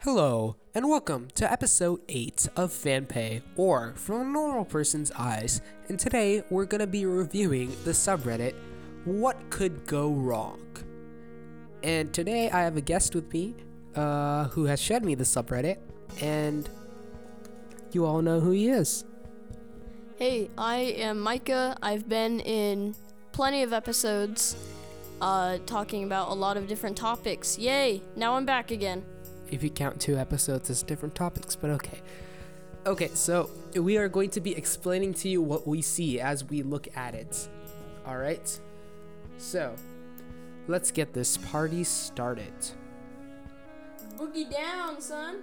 Hello, and welcome to episode 8 of FanPay, or From a Normal Person's Eyes, and today we're gonna be reviewing the subreddit What Could Go Wrong. And today I have a guest with me uh, who has showed me the subreddit, and you all know who he is. Hey, I am Micah. I've been in plenty of episodes uh, talking about a lot of different topics. Yay! Now I'm back again. If you count two episodes, it's different topics, but okay. Okay, so we are going to be explaining to you what we see as we look at it. All right? So, let's get this party started. Boogie down, son.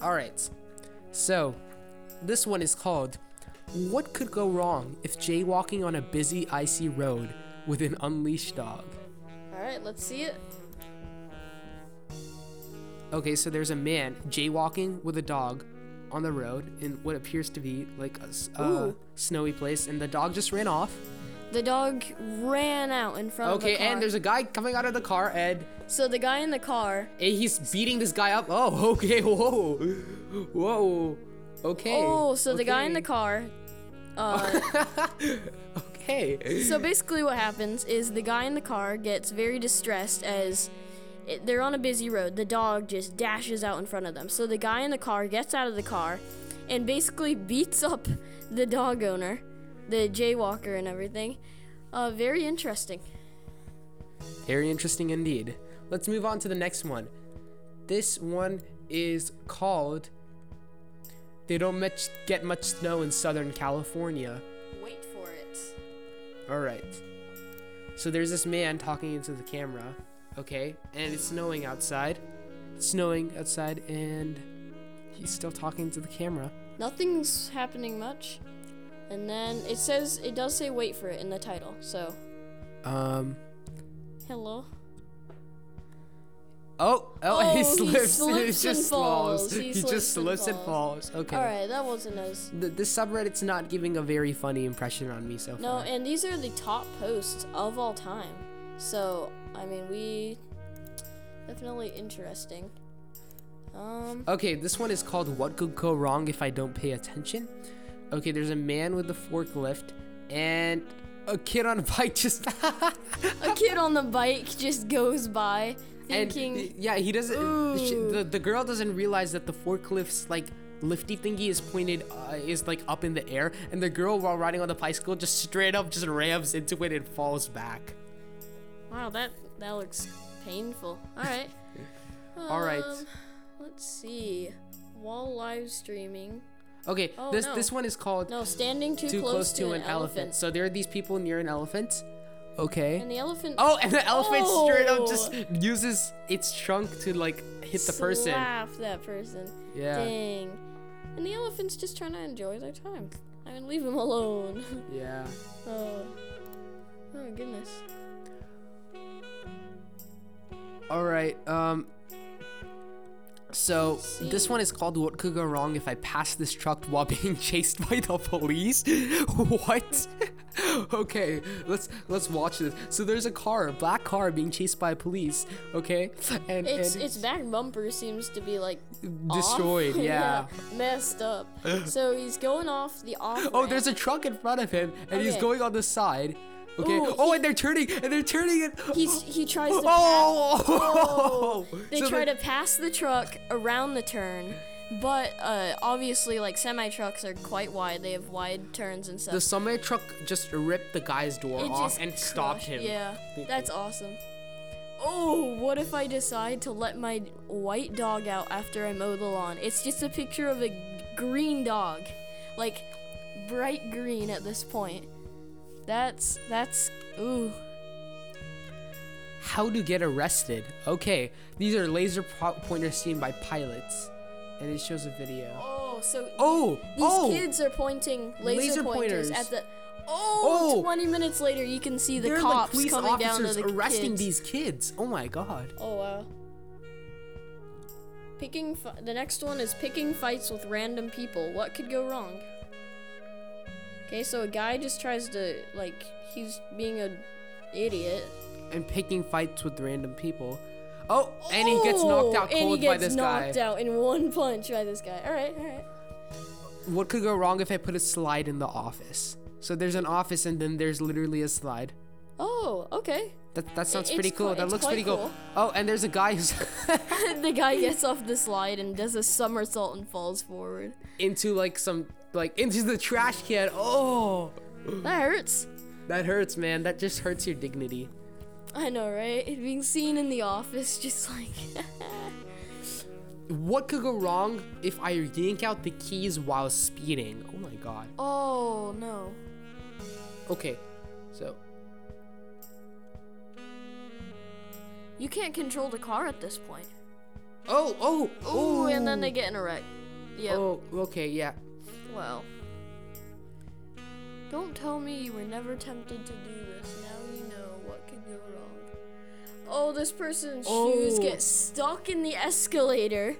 All right. So, this one is called What Could Go Wrong If Jaywalking on a Busy Icy Road with an Unleashed Dog? All right, let's see it. Okay, so there's a man jaywalking with a dog on the road in what appears to be like a s- uh, Ooh. snowy place, and the dog just ran off. The dog ran out in front Okay, of the car. and there's a guy coming out of the car, and so the guy in the car. eh, he's beating this guy up. Oh, okay, whoa, whoa, okay. Oh, so the guy in the okay, car. Uh, Okay. so basically, what happens is the guy in the car gets very distressed as it, they're on a busy road. The dog just dashes out in front of them. So the guy in the car gets out of the car and basically beats up the dog owner, the jaywalker, and everything. Uh, very interesting. Very interesting indeed. Let's move on to the next one. This one is called They Don't much Get Much Snow in Southern California. Wait for it. All right. So there's this man talking into the camera, okay? And it's snowing outside. It's snowing outside and he's still talking to the camera. Nothing's happening much. And then it says, it does say wait for it in the title. So, Um hello. Oh, oh, Oh, he he slips. slips just and falls. He, He just slips and slips and falls. Okay. All right, that wasn't as Th- this subreddit's not giving a very funny impression on me so far. No, and these are the top posts of all time. So, I mean, we definitely interesting. Um, Okay, this one is called What Could Go Wrong If I Don't Pay Attention. Okay, there's a man with a forklift and a kid on a bike just a kid on the bike just goes by and thinking, yeah, he doesn't sh Ooh. the, the girl doesn't realize that the forklift's like lifty thingy is pointed uh, is like up in the air and the girl while riding on the bicycle just straight up just rams into it and falls back. "Wow, that that looks painful." All right. All right. Um, Let's see. While live streaming. Okay, Oh, this no. this one is called No, standing too, Too Close to an, elephant. So there are these people near an elephant. Okay. And the elephant. Oh, and the elephant straight up just Oh. uses its trunk to like hit the person. Slap that person. Yeah. Dang. And the elephant's just trying to enjoy their time. I mean, leave him alone. Yeah. oh. Oh, my goodness. All right. Um. So this see. one is called "What Could Go Wrong If I Pass This Truck While Being Chased by the Police." what? okay, let's let's watch this. So there's a car, a black car, being chased by police. Okay, and Its and its back bumper seems to be like off. destroyed. yeah. Messed up. so he's going off the off. Oh, there's a truck in front of him, and he's Okay. going on the side. Okay. Ooh, oh, he- and they're turning, and they're turning it. He's, he tries to. Oh! Oh! They So try the- to pass the truck around the turn, but uh, obviously, like semi trucks are quite wide. They have wide turns and stuff. The semi truck just ripped the guy's door It off just and stopped him. crushed- Yeah, that's awesome. Oh, what if I decide to let my white dog out after I mow the lawn? It's just a picture of a g- green dog, like bright green at this point. That's that's ooh. How to get arrested? Okay, these are laser po- pointers seen by pilots, and it shows a video. Oh, so Oh! these oh! kids are pointing laser, Laser pointers. pointers. at the. Oh, Oh! 20 minutes later, you can see the They're like cops police coming down to officers the arresting kids. these kids. Oh my god. Oh wow. Picking fi- the next one is picking fights with random people. What could go wrong? Okay, so a guy just tries to like he's being a idiot. And picking fights with random people. Oh, and he gets knocked out Oh, and cold he by gets this guy. knocked out in one punch by this guy. All right, all right. What could go wrong if I put a slide in the office? So there's an office and then there's literally a slide. Oh, okay. That, that sounds it's pretty cool. quite- that it's looks quite pretty cool. cool. Oh, and there's a guy who's the guy gets off the slide and does a somersault and falls forward. into like some like into the trash can. Oh, That hurts. that hurts, man. That just hurts your dignity. I know, right? Being seen in the office, just like What could go wrong if I yank out the keys while speeding? Oh my god. oh no. Okay, so You can't control the car at this point. oh oh Ooh, oh, and then they get in a wreck. Yep. Oh, okay, yeah. Well. Don't tell me you were never tempted to do this. Now you know what could go wrong. Oh, this person's Oh. shoes get stuck in the escalator.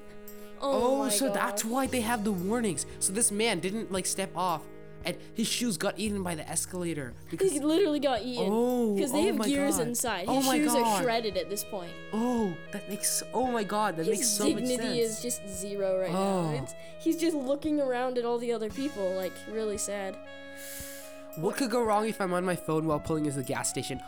Oh, Oh, my so God. that's why they have the warnings. So this man didn't like step off, and his shoes got eaten by the escalator because He literally got eaten. Oh, Because they oh have my gears God. inside. Oh His my shoes God. are shredded at this point. oh, that makes oh my god, that makes His so much sense. dignity is just zero right Oh. now. It's, he's just looking around at all the other people, like, really sad. What could go wrong if I'm on my phone while pulling into the gas station?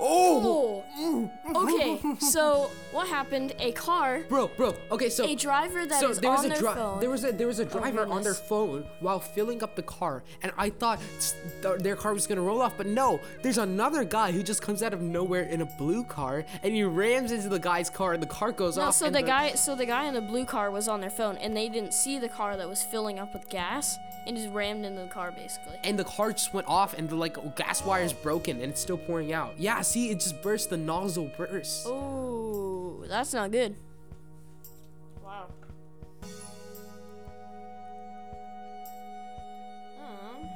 Oh, Oh! Okay, so what happened? A car, bro, bro. Okay, so a driver that so is there was on a their dri- phone. Oh there was a there was a driver on their goodness. phone while filling up the car, and I thought s- th- their car was gonna roll off, but no, there's another guy who just comes out of nowhere in a blue car, and he rams into the guy's car, and the car goes no, off. so and the guy, so the guy in the blue car was on their phone, and they didn't see the car that was filling up with gas, and just rammed into the car basically. and the car just went off, and the like gas wire is broken, and it's still pouring out. Yeah, see, it just burst. The nozzle burst. Oh, that's not good. Wow. Um,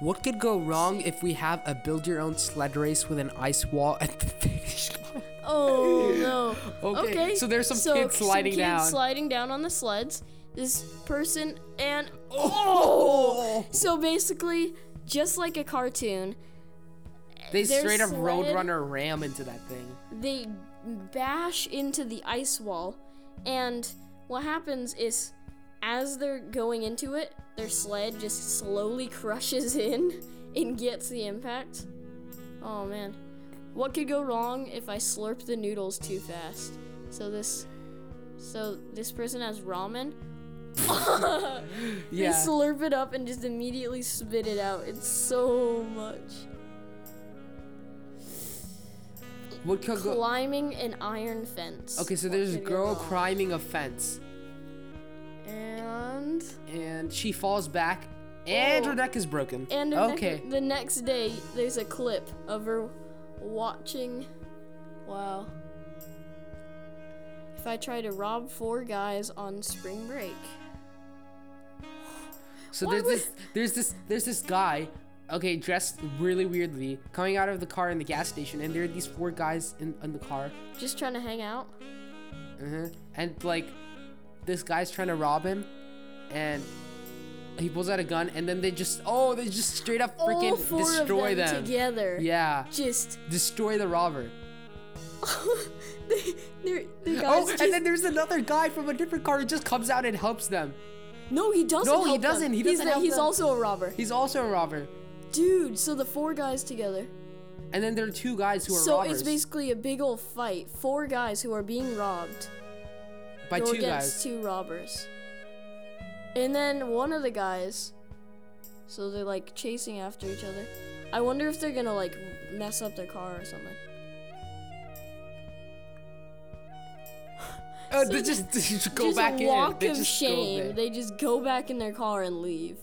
What could go wrong if we have a build your own sled race with an ice wall at the finish line? Oh no. Okay, so there's some kids sliding kids down. sliding down on the sleds. This person and Oh! so basically, just like a cartoon, They They're straight up sled- Roadrunner ram into that thing. they bash into the ice wall, and what happens is, as they're going into it, their sled just slowly crushes in and gets the impact. Oh man, what could go wrong if I slurp the noodles too fast? So this, so this person has ramen. Yeah. They slurp it up and just immediately spit it out. It's so much. What could go? Climbing an iron fence. Okay, so What there's a could go girl wrong? climbing a fence, And and she falls back, and her Oh. neck is broken. and the nec- okay, the next day there's a clip of her watching. Wow. If I try to rob four guys on spring break. so Why there's would- this, there's this, there's this guy, okay, dressed really weirdly, coming out of the car in the gas station, and there are these four guys in, in the car, Just trying to hang out. Uh-huh. And like, this guy's trying to rob him, and he pulls out a gun, and then they just oh, they just straight up freaking All four destroy of them, together. Yeah, Just destroy the robber. they, they're, the guys oh, just- and then there's another guy from a different car who just comes out and helps them. no, he doesn't. No, he help them. doesn't. He He's doesn't the- help He's them. also a robber. He's also a robber. Dude, so the four guys together. And then there are two guys who are So robbers it's basically a big old fight. Four guys who are being robbed. by go two against guys. two robbers. And then one of the guys, so they're like chasing after each other. I wonder if they're gonna like mess up their car or something. Uh, they just, they just go just back a walk in. They of just go shame. there. They just go back in their car and leave.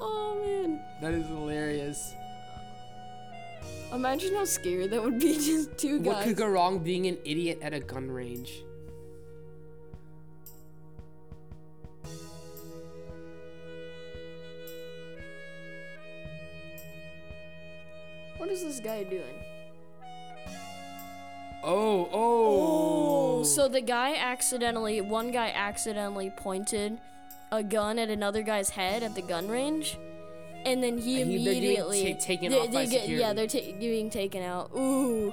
Oh man! That is hilarious. Imagine how scary that would be. Just two guys. What could go wrong being an idiot at a gun range? what is this guy doing? Oh, oh. So the guy accidentally, one guy accidentally pointed a gun at another guy's head at the gun range, and then he And Uh, he- they're getting immediately ta- taken off by get- yeah, security. they're ta- being taken out. Ooh.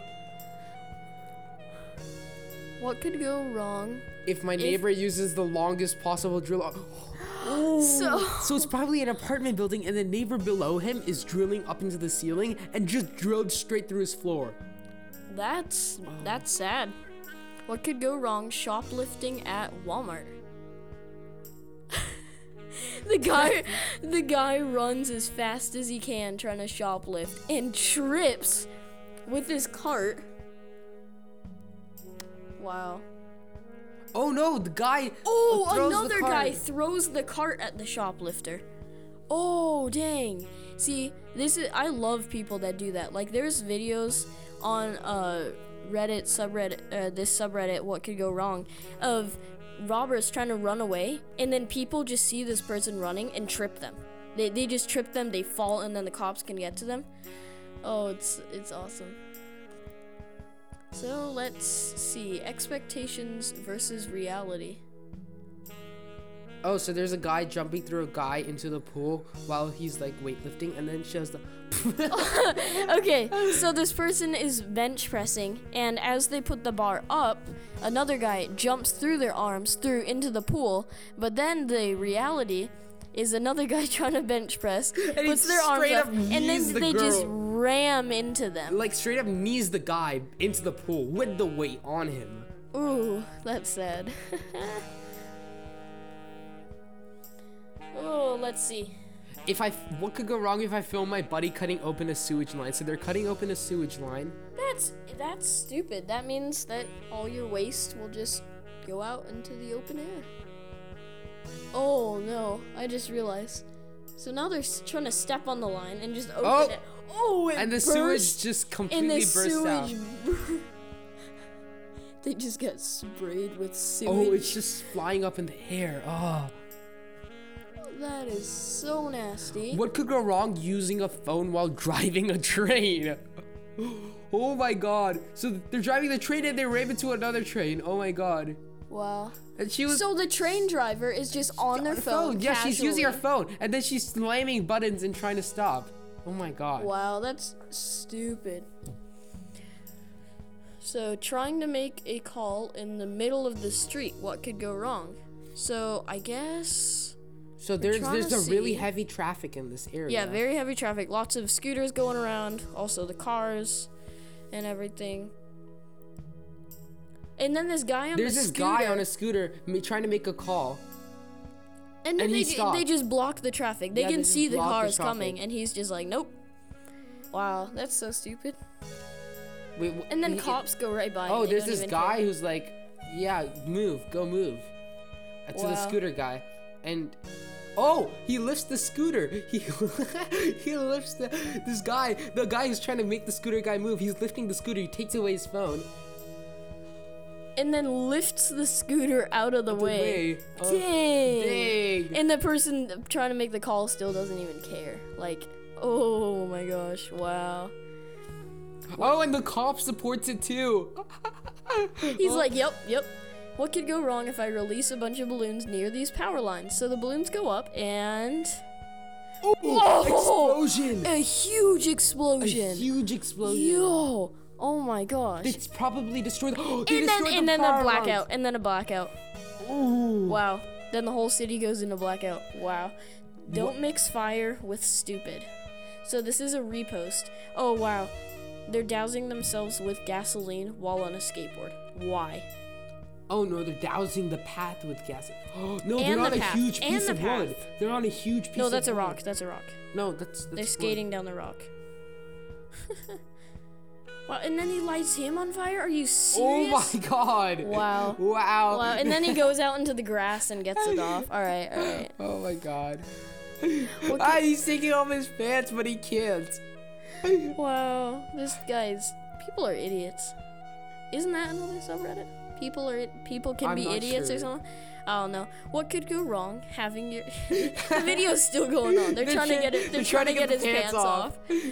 What could go wrong? If my neighbor uses the longest possible drill. So So it's probably an apartment building, and the neighbor below him is drilling up into the ceiling and just drilled straight through his floor. that's that's sad. What could go wrong shoplifting at Walmart? the guy the guy runs as fast as he can trying to shoplift and trips with his cart. Wow. Oh no, the guy. Oh, uh, throws the another cart. guy throws the cart at the shoplifter. Oh, dang. See, this is I love people that do that. Like there's videos on uh Reddit subreddit uh, this subreddit what could go wrong of robbers trying to run away and then people just see this person running and trip them. They they just trip them, they fall and then the cops can get to them. Oh, it's it's awesome. So let's see expectations versus reality. Oh, so there's a guy jumping through a guy into the pool while he's like weightlifting, and then shows the. Okay, Oh. so this person is bench pressing, and as they put the bar up, another guy jumps through their arms through into the pool. But then the reality is another guy trying to bench press, he puts their arms straight up, up and knees then the they just girl. ram into them. Like straight up knees the guy into the pool with the weight on him. Ooh, that's sad. oh, let's see. If I, what could go wrong if I film my buddy cutting open a sewage line? So they're cutting open a sewage line. That's that's stupid. That means that all your waste will just go out into the open air. Oh no! I just realized. So now they're s- trying to step on the line and just open Oh! it. Oh, it And the sewage burst, just and completely the bursts out. sewage. bur- they just got sprayed with sewage. Oh, it's just flying up in the air. Oh. that is so nasty. What could go wrong using a phone while driving a train? Oh my god. So they're driving the train and they ram into another train. Oh my god. Wow. And she was So the train driver is just on their phone. Yeah, she's using her casually. phone. And then she's slamming buttons and trying to stop. Oh my god. Wow, that's stupid. So, trying to make a call in the middle of the street, what could go wrong? So, I guess. So there's trying there's to a really see. heavy traffic in this area. Yeah, very heavy traffic, lots of scooters going around, also the cars and everything. And then this guy on There's the this scooter, guy on a scooter ma- trying to make a call. and then and they, he ju- stopped. they just block the traffic. They Yeah, they can just see the block the cars traffic. coming, and he's just like, nope. Wow, that's so stupid. Wait, wh- And then he- cops go right by. and Oh, they there's don't this even care. guy who's like, yeah, move, go move. Uh, To the Wow. scooter guy. And oh, he lifts the scooter. He he lifts the this guy, the guy who's trying to make the scooter guy move, he's lifting the scooter, he takes away his phone. and then lifts the scooter out of the way. way. Oh, Dang. dang. And the person trying to make the call still doesn't even care. Like, oh my gosh, wow. Oh, and the cop supports it too. He's like, yep, yep. What could go wrong if I release a bunch of balloons near these power lines? So the balloons go up and Ooh, Whoa! explosion! a huge A explosion. huge explosion. Yo, oh my gosh. It's probably destroyed. Oh, they and then destroyed and then power lines. a blackout, and then a blackout. Ooh. Wow. Then the whole city goes into blackout. Wow. Don't mix fire with stupid. So this is a repost. Oh wow. They're dousing themselves with gasoline while on a skateboard. Why? Oh no, they're dowsing the path with gas. Oh no, And they're on the a path. huge And piece the of wood. path. They're on a huge piece. No, of that's a wood. rock. That's a rock. No, that's, that's They're wood. skating down the rock. Wow, and then he lights him on fire? Are you Oh serious? my god! Wow. Wow! Wow, and then he goes out into the grass and gets it off. All right, all right. oh my god! Ah, he's taking off his pants, but he can't. Wow, this guy's people are idiots. Isn't that another subreddit? People are people can I'm be not idiots or sure. something. I don't know. What could go wrong? Having your the video's still going on. They're, They're trying to try- get it. They're, trying, to get, the his pants, pants off. off.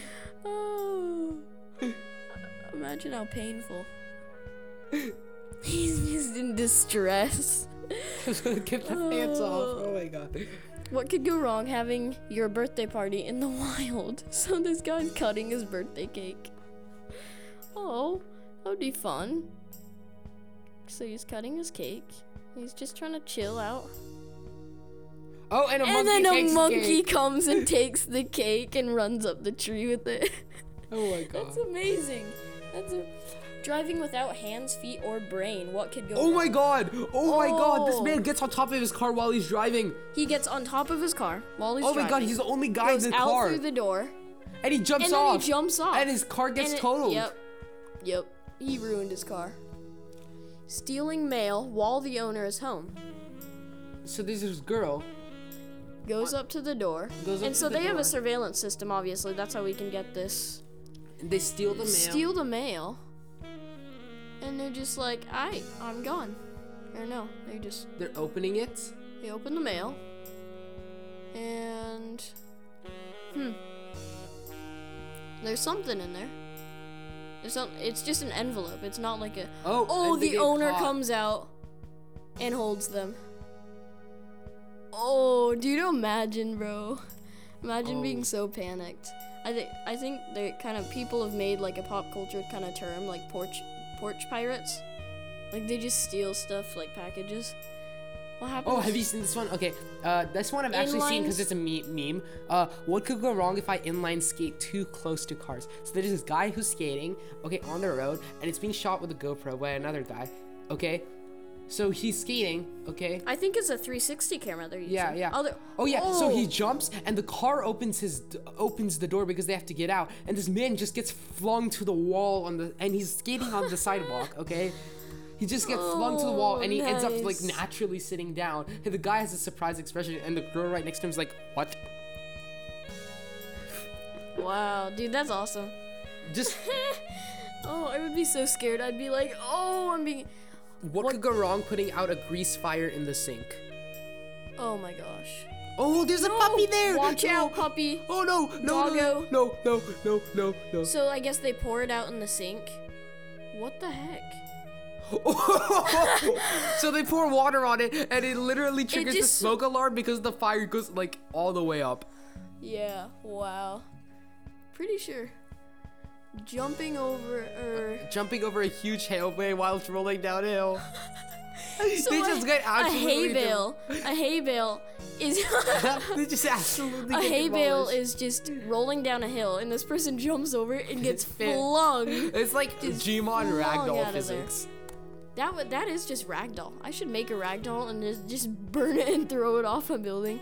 Oh, imagine how painful. He's just in distress. Get the pants off! Oh my god! What could go wrong having your birthday party in the wild? So this guy's cutting his birthday cake. Oh, that would be fun. so he's cutting his cake. He's just trying to chill out. Oh, and a and monkey. then takes a the monkey cake. comes and takes the cake and runs up the tree with it. Oh my god. That's amazing. That's a- driving without hands, feet, or brain. What could go? Oh wrong? my god! Oh, my god! This Oh. man gets on top of his car while he's driving. He gets on top of his car while he's oh driving. my god, he's the only guy goes in the out car. through the door and he jumps and off. then he jumps off. And his car gets And it- totaled. Yep. Yep. He ruined his car. Stealing mail while the owner is home. So there's this girl. Goes up to the door. Goes up and to so the they have door. a surveillance system, obviously. That's how we can get this. and They steal the mail. Steal the mail. And they're just like, I, I'm gone. Or no, they just They're opening it. They open the mail, and hmm, there's something in there. There's some. It's just an envelope. It's not like a. Oh, Oh, and they the get owner caught. comes out and holds them. Oh, dude, imagine, bro. Imagine Oh. being so panicked. I think I think the kind of people have made like a pop culture kind of term, like porch porch pirates. Like they just steal stuff, like packages. What happens? Oh, have you seen this one? Okay, uh, this one I've actually seen because Inline- it's a me- meme. Uh, what could go wrong if I inline skate too close to cars? So there's this guy who's skating, okay, on the road, and it's being shot with a GoPro by another guy, okay. So he's skating, okay. I think it's a 360 camera they're using. Yeah, yeah. Oh, they're- oh yeah. So he Oh. jumps, and the car opens his d- opens the door because they have to get out, and this man just gets flung to the wall on the, and he's skating on the sidewalk. Okay. He just gets flung to the wall, Oh, and he ends up like nice. naturally sitting down. And the guy has a surprised expression, and the girl right next to him is like, "What?" Wow, dude, that's awesome. Just Oh, I would be so scared. I'd be like, oh, I'm being. what, could go wrong putting out a grease fire in the sink? Oh my gosh. Oh, there's a puppy there! Watch No. out, puppy. Oh no! No! No! Doggo. No! No! No! No! No! So I guess they pour it out in the sink. What the heck? so they pour water on it, and it literally triggers the just- smoke alarm because the fire goes like all the way up. Yeah, wow. Pretty sure. Jumping over, or. Jumping over a huge hailway while it's rolling downhill. So they a- just get a absolutely hay de- bale. A hay bale is. they just absolutely a get hay bale demolished. is just rolling down a hill, and this person jumps over it and gets Fit. flung. It's like Gmon out ragdoll of physics. That wa that is just ragdoll. I should make a ragdoll and just, just burn it and throw it off a building.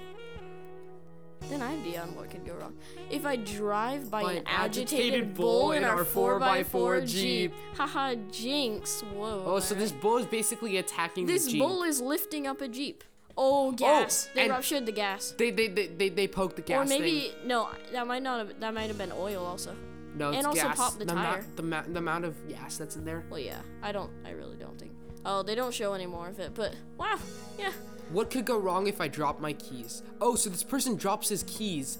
Then I'd be on what could go wrong. If I drive by, By an an agitated, agitated bull, in our 4x4 4x4 Jeep. Jeep. Haha, jinx. Whoa. Oh, so this bull is basically attacking This the Jeep. bull is lifting up a Jeep. Oh, gas. they and- ruptured the gas. they, they, they, they, they poke the gas Or maybe thing. no, that might not have that might have been oil also. No, it's and also gas. pop the amou- tire. the, ma- the amount of gas that's in there. Well yeah, I don't I really don't think. Oh, they don't show any more of it, but wow, yeah. What could go wrong if I drop my keys? Oh, so this person drops his keys.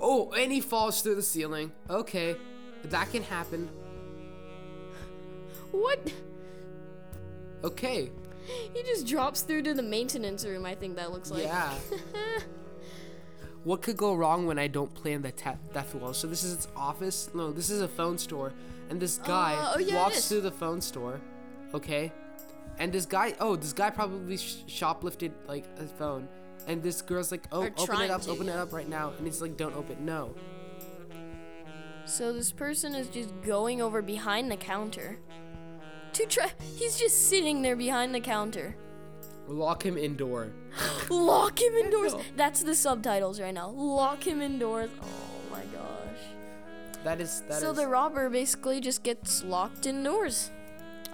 Oh, and he falls through the ceiling. Okay, that can happen. What? Okay, He just drops through to the maintenance room, I think that looks like. yeah. what could go wrong when I don't plan the te- theft well? So this is its office. No, this is a phone store, and this guy Uh, oh, yeah, it walks is. through the phone store. Okay, and this guy. Oh, this guy probably sh- shoplifted like a phone. And this girl's like, "Oh, Or open it trying up, to, open it yeah. up right now." And he's like, "Don't open, no." So this person is just going over behind the counter to try. He's just sitting there behind the counter. Lock him indoor. Lock him indoors. That's the subtitles right now. Lock him indoors. Oh my gosh. That is that is. so the robber basically just gets locked indoors.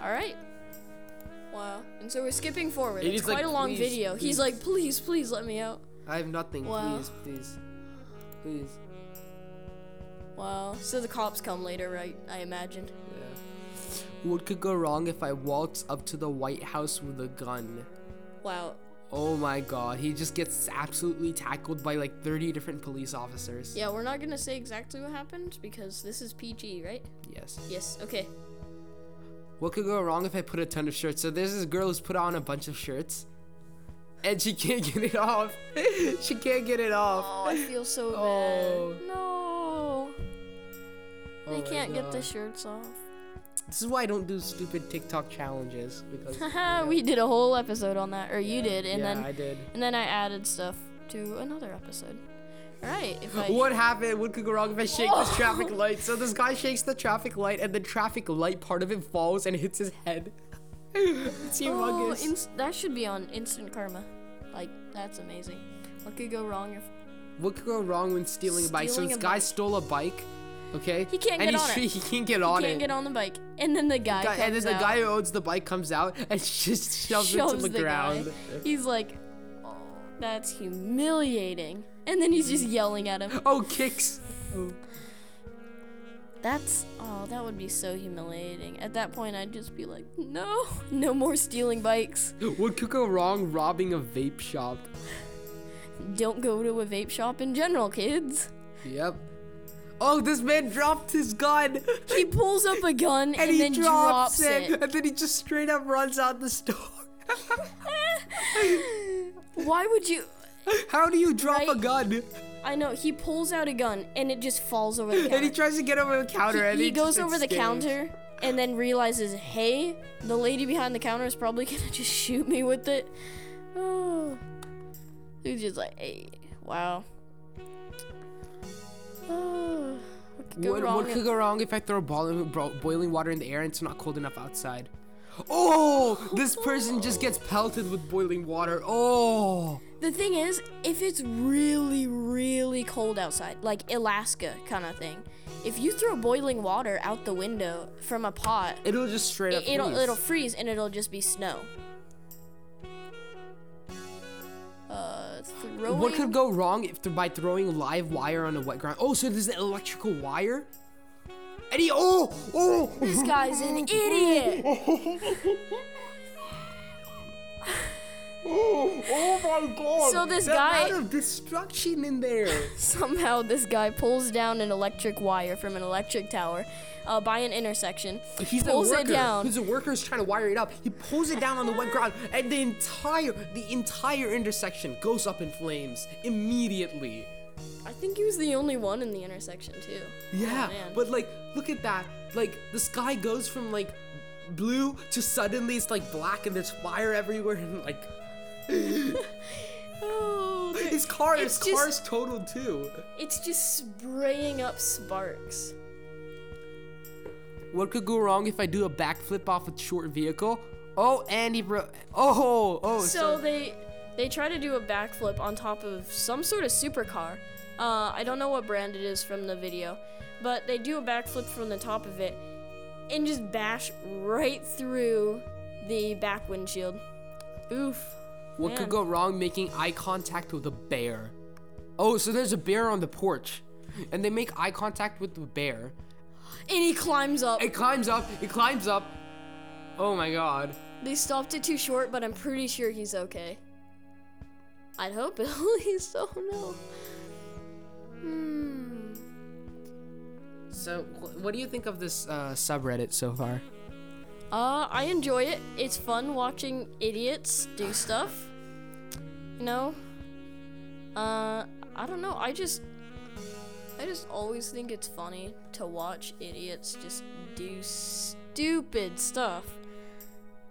All right. Wow. And so we're skipping forward. And It's he's like, quite a long "Please, video. please." He's like, please, please let me out. I have nothing. Wow. Please, please, please. Wow. So the cops come later, right? I imagine. What could go wrong if I waltz up to the White House with a gun? Wow. Oh my God! He just gets absolutely tackled by like 30 different police officers. Yeah, we're not gonna say exactly what happened because this is PG, right? Yes. Yes. Okay. What could go wrong if I put a ton of shirts? So there's this girl who's put on a bunch of shirts, and she can't get it off. she can't get it off. Oh, I feel so Oh. bad. No, Oh they my can't get the Oh God. shirts off. This is why I don't do stupid TikTok challenges because Haha, we did a whole episode on that, or you did, and yeah, then I did. and then I added stuff to another episode. All right, if I What happened? What could go wrong if I shake this traffic Oh. light? So this guy shakes the traffic light, and the traffic light part of it falls and hits his head. it's oh, humongous. inst- that should be on instant karma. Like that's amazing. What could go wrong if what could go wrong when stealing, a bike? So Stealing this a guy bike. stole a bike, okay? He can't and get he's on it. stre- He can't get on can't it. get on the bike, and then the guy, Guy- and then comes the out, guy who owns the bike comes out and just shoves, it shoves to the, ground. guy. He's like, oh, that's humiliating, and then he's just yelling at him. Oh, kicks. Oh. That's oh, that would be so humiliating. At that point, I'd just be like, no, no more stealing bikes. What could go wrong robbing a vape shop? Don't go to a vape shop in general, kids. Yep. Oh, this man dropped his gun He pulls up a gun and, and, he then drops, drops, it. it. And then he just straight up runs out the store. Why would you? How do you drop a Right. gun? I know he pulls out a gun and it just falls over the And he counter. tries to get over the counter and he just goes over the escapes. counter and then realizes, hey, the lady behind the counter is probably gonna just shoot me with it. Oh, he's just like, hey, wow. Oh, what could go What, wrong? what could go wrong if I throw boiling, bro- boiling water in the air and it's not cold enough outside? Oh, this person just gets pelted with boiling water. Oh. The thing is, if it's really, really cold outside, like Alaska kind of thing, if you throw boiling water out the window from a pot, It'll just straight up it, will freeze. it'll freeze and it'll just be snow. Uh, throwing. What could go wrong if by throwing live wire on a wet ground? Oh, so there's an electrical wire? And he, oh, oh, this guy's an idiot. oh, oh my god. So this the guy- amount of destruction in there. Somehow this guy pulls down an electric wire from an electric tower uh, by an intersection. He's pulls a worker. it down. He's a worker who's trying to wire it up. He pulls it down on the wet ground, and the entire, the entire intersection goes up in flames immediately. I think he was the only one in the intersection too. Yeah, Oh, man. but like, look at that. Like, the sky goes from like blue to suddenly it's like black, and there's fire everywhere, and like Oh, there- his car, his It's just- car's totaled too. It's just spraying up sparks. What could go wrong if I do a backflip off a short vehicle? Oh, Andy, bro. Oh, oh. So they they try to do a backflip on top of some sort of supercar. Uh, I don't know what brand it is from the video, but they do a backflip from the top of it and just bash right through the back windshield. Oof. What could Man. go wrong making eye contact with a bear? Oh, so there's a bear on the porch. And they make eye contact with the bear. And he climbs up. It climbs up, it climbs up. Oh my god. They stopped it too short, but I'm pretty sure he's okay. I'd hope at least. Oh no. Hmm. So, wh- what do you think of this uh, subreddit so far? Uh, I enjoy it. It's fun watching idiots do stuff. You know? Uh, I don't know. I just. I just always think it's funny to watch idiots just do stupid stuff.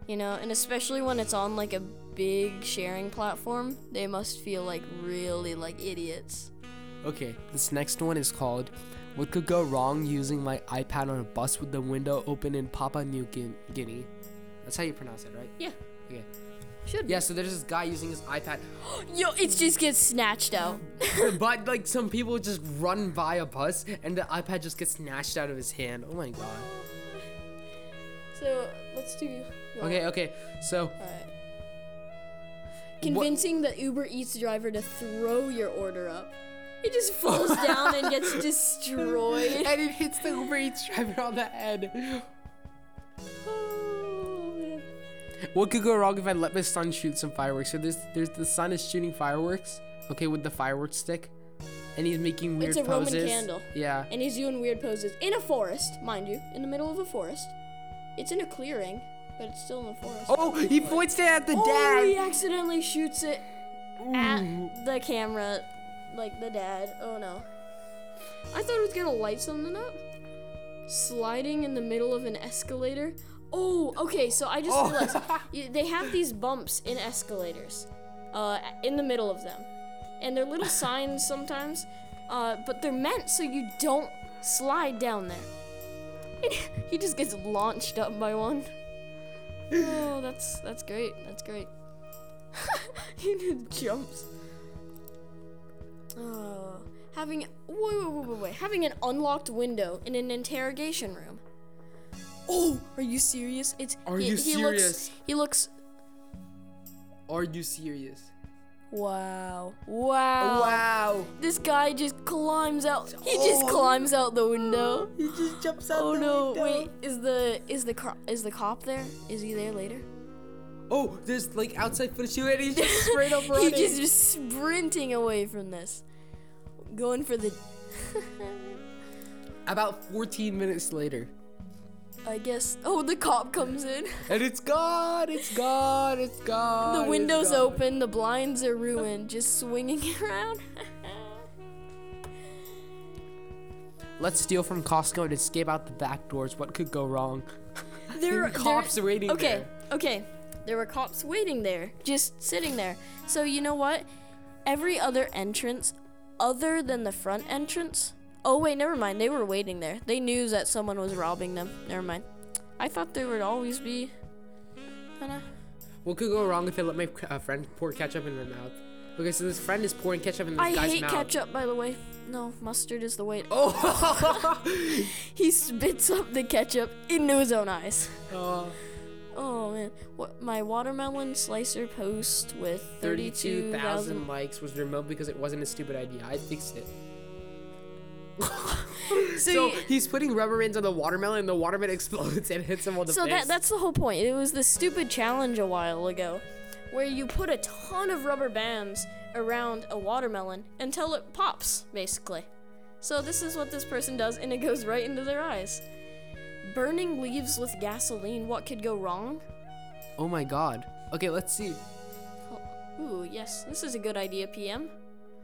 You know, and especially when it's on like a big sharing platform, they must feel like really like idiots. Okay, this next one is called What Could Go Wrong Using My iPad on a Bus with the Window Open in Papua New Guin- Guinea? That's how you pronounce it, right? Yeah, Okay. should be. Yeah, so there's this guy using his iPad. Yo, it just gets snatched out. but like some people just run by a bus and the iPad just gets snatched out of his hand. Oh my god. So, let's do. you want- Okay, okay. So Alright. Convincing the Uber Eats driver to throw your order up. It just falls down and gets destroyed. and it hits the Uber Eats driver on the head. Oh, man. What could go wrong if I let my son shoot some fireworks? So there's there's the son is shooting fireworks, okay, with the fireworks stick, and he's making weird It's a Roman poses. candle. Yeah. And he's doing weird poses in a forest, mind you, in the middle of a forest. It's in a clearing, but it's still in the forest. Oh, he points it at the Oh, he dad. accidentally shoots it at the camera, like the dad. Oh no. I thought it was gonna light something up. sliding in the middle of an escalator. Oh, okay. So I just realized y- they have these bumps in escalators, uh, in the middle of them, and they're little signs sometimes, uh, but they're meant so you don't slide down there. he just gets launched up by one. Oh, that's that's great. That's great. he just jumps. Oh, having wait, wait, wait, wait, wait, having an unlocked window in an interrogation room. Oh, are you serious? It's Are he, you he serious? Looks, he looks. Are you serious? Wow! Wow! Wow. This guy just climbs out. He just climbs out the window. He just jumps out Oh the no! window. Wait, is the is the cro- is the cop there? Is he there later? Oh, there's like outside footage too, and he's just straight up He running. just is sprinting away from this, going for the. About 14 minutes later, I guess. Oh, the cop comes in. and it's gone. It's gone. It's gone. The it's windows Oh, gone. open, the blinds are ruined, just swinging around. Let's steal from Costco and escape out the back doors. What could go wrong? there There were cops waiting Okay, okay. There were cops waiting there, just sitting there. So you know what? Every other entrance, other than the front entrance. Oh wait, never mind. They were waiting there. They knew that someone was robbing them. Never mind. I thought there would always be. Kinda- What could go wrong if I let my uh, friend pour ketchup in my mouth? Okay, so this friend is pouring ketchup in this I guy's hate mouth. ketchup, by the way. No, mustard is the way. Oh. He spits up the ketchup into his own eyes. Oh, Oh man, what my watermelon slicer post with 32,000 32,000 likes was removed because it wasn't a stupid idea. I fixed it. So, So you- he's putting rubber bands on the watermelon, and the watermelon explodes and hits him on the so face. that that's the whole point. It was the stupid challenge a while ago where you put a ton of rubber bands around a watermelon until it pops basically. So this is what this person does and it goes right into their eyes. Burning leaves with gasoline, what could go wrong? oh my god. Okay, let's see. Ooh, yes. This is a good idea, PM.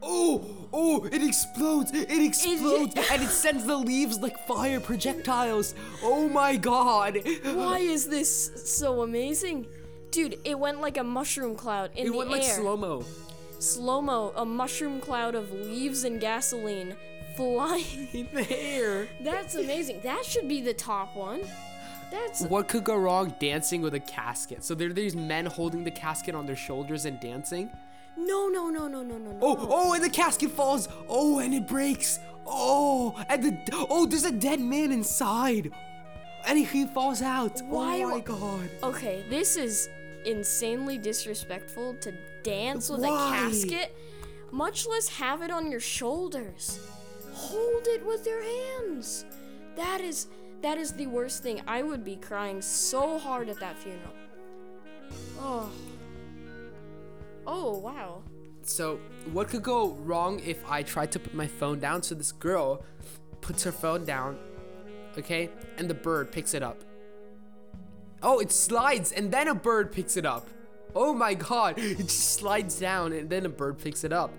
Oh, oh, it explodes, it explodes, and it sends the leaves like fire projectiles. Oh my god. Why is this so amazing? Dude, it went like a mushroom cloud in It the went air. like slow mo. Slow-mo, a mushroom cloud of leaves and gasoline flying. In the air. That's amazing. That should be the top one. That's What could go wrong dancing with a casket? So there are these men holding the casket on their shoulders and dancing. no, no, no, no, no, no, no. Oh, oh, and the casket falls. Oh, and it breaks. Oh, and the oh, there's a dead man inside. And he falls out. Why oh my wa- god. Okay, this is insanely disrespectful to dance with Why? a casket, much less have it on your shoulders. Hold it with your hands. That is that is the worst thing. I would be crying so hard at that funeral. Oh. Oh, wow. So, what could go wrong if I tried to put my phone down? So this girl puts her phone down, okay, and the bird picks it up. Oh, it slides, and then a bird picks it up. Oh my god, it just slides down, and then a bird picks it up.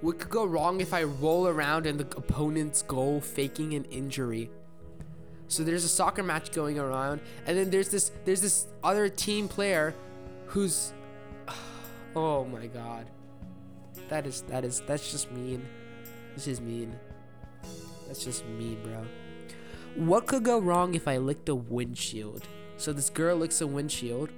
What could go wrong if I roll around in the opponent's goal, faking an injury? So there's a soccer match going around, and then there's this there's this other team player who's oh my god. That is that is that's just mean. This is mean. That's just mean, bro. What could go wrong if I licked a windshield? So this girl licks a windshield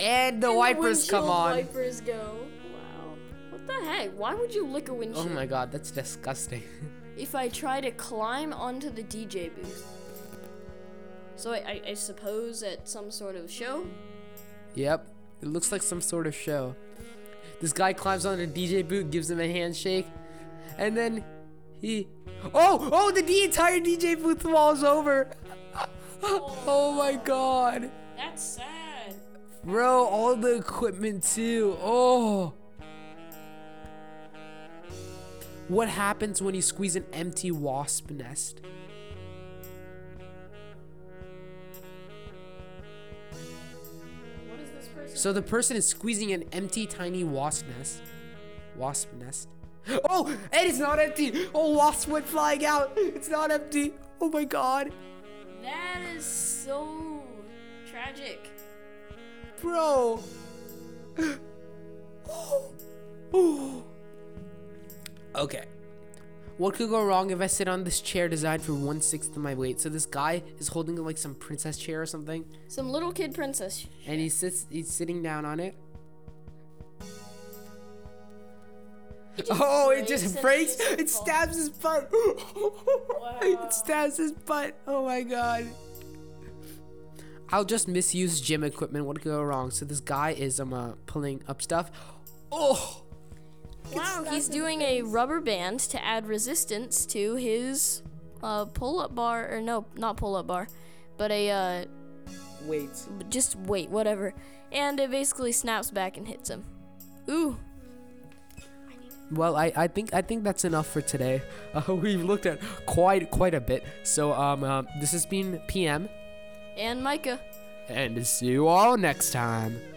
and the wipers come on. Wipers go. Wow. What the heck? Why would you lick a Oh windshield? my god, that's disgusting. if I try to climb onto the DJ booth. So I, I, I suppose at some sort of show. yep. It looks like some sort of show. This guy climbs on a DJ booth, gives him a handshake, and then he Oh, oh, the, the entire DJ booth falls over. oh my god. That's sad. Bro, all the equipment too. Oh. What happens when you squeeze an empty wasp nest? What is this person? So the person is squeezing an empty tiny wasp nest. Wasp nest. Oh, and it's not empty. Oh, wasp went flying out. It's not empty. Oh my god. That is so tragic. Bro. okay. What could go wrong if I sit on this chair designed for one sixth of my weight? So this guy is holding like some princess chair or something, Some little kid princess. and he sits. He's sitting down on it. Oh, it just breaks. breaks It and it just stabs his butt. It stabs his butt. Oh my god. I'll just misuse gym equipment. What could go wrong? So this guy is um uh, pulling up stuff. Oh. Wow, he's doing a rubber band to add resistance to his uh, pull-up bar, or no, not pull-up bar, but a uh, Wait. just wait, whatever. And it basically snaps back and hits him. Ooh, Well, I, I think I think that's enough for today. Uh, we've looked at quite quite a bit. So um, um this has been PM, and Micah. and see you all next time.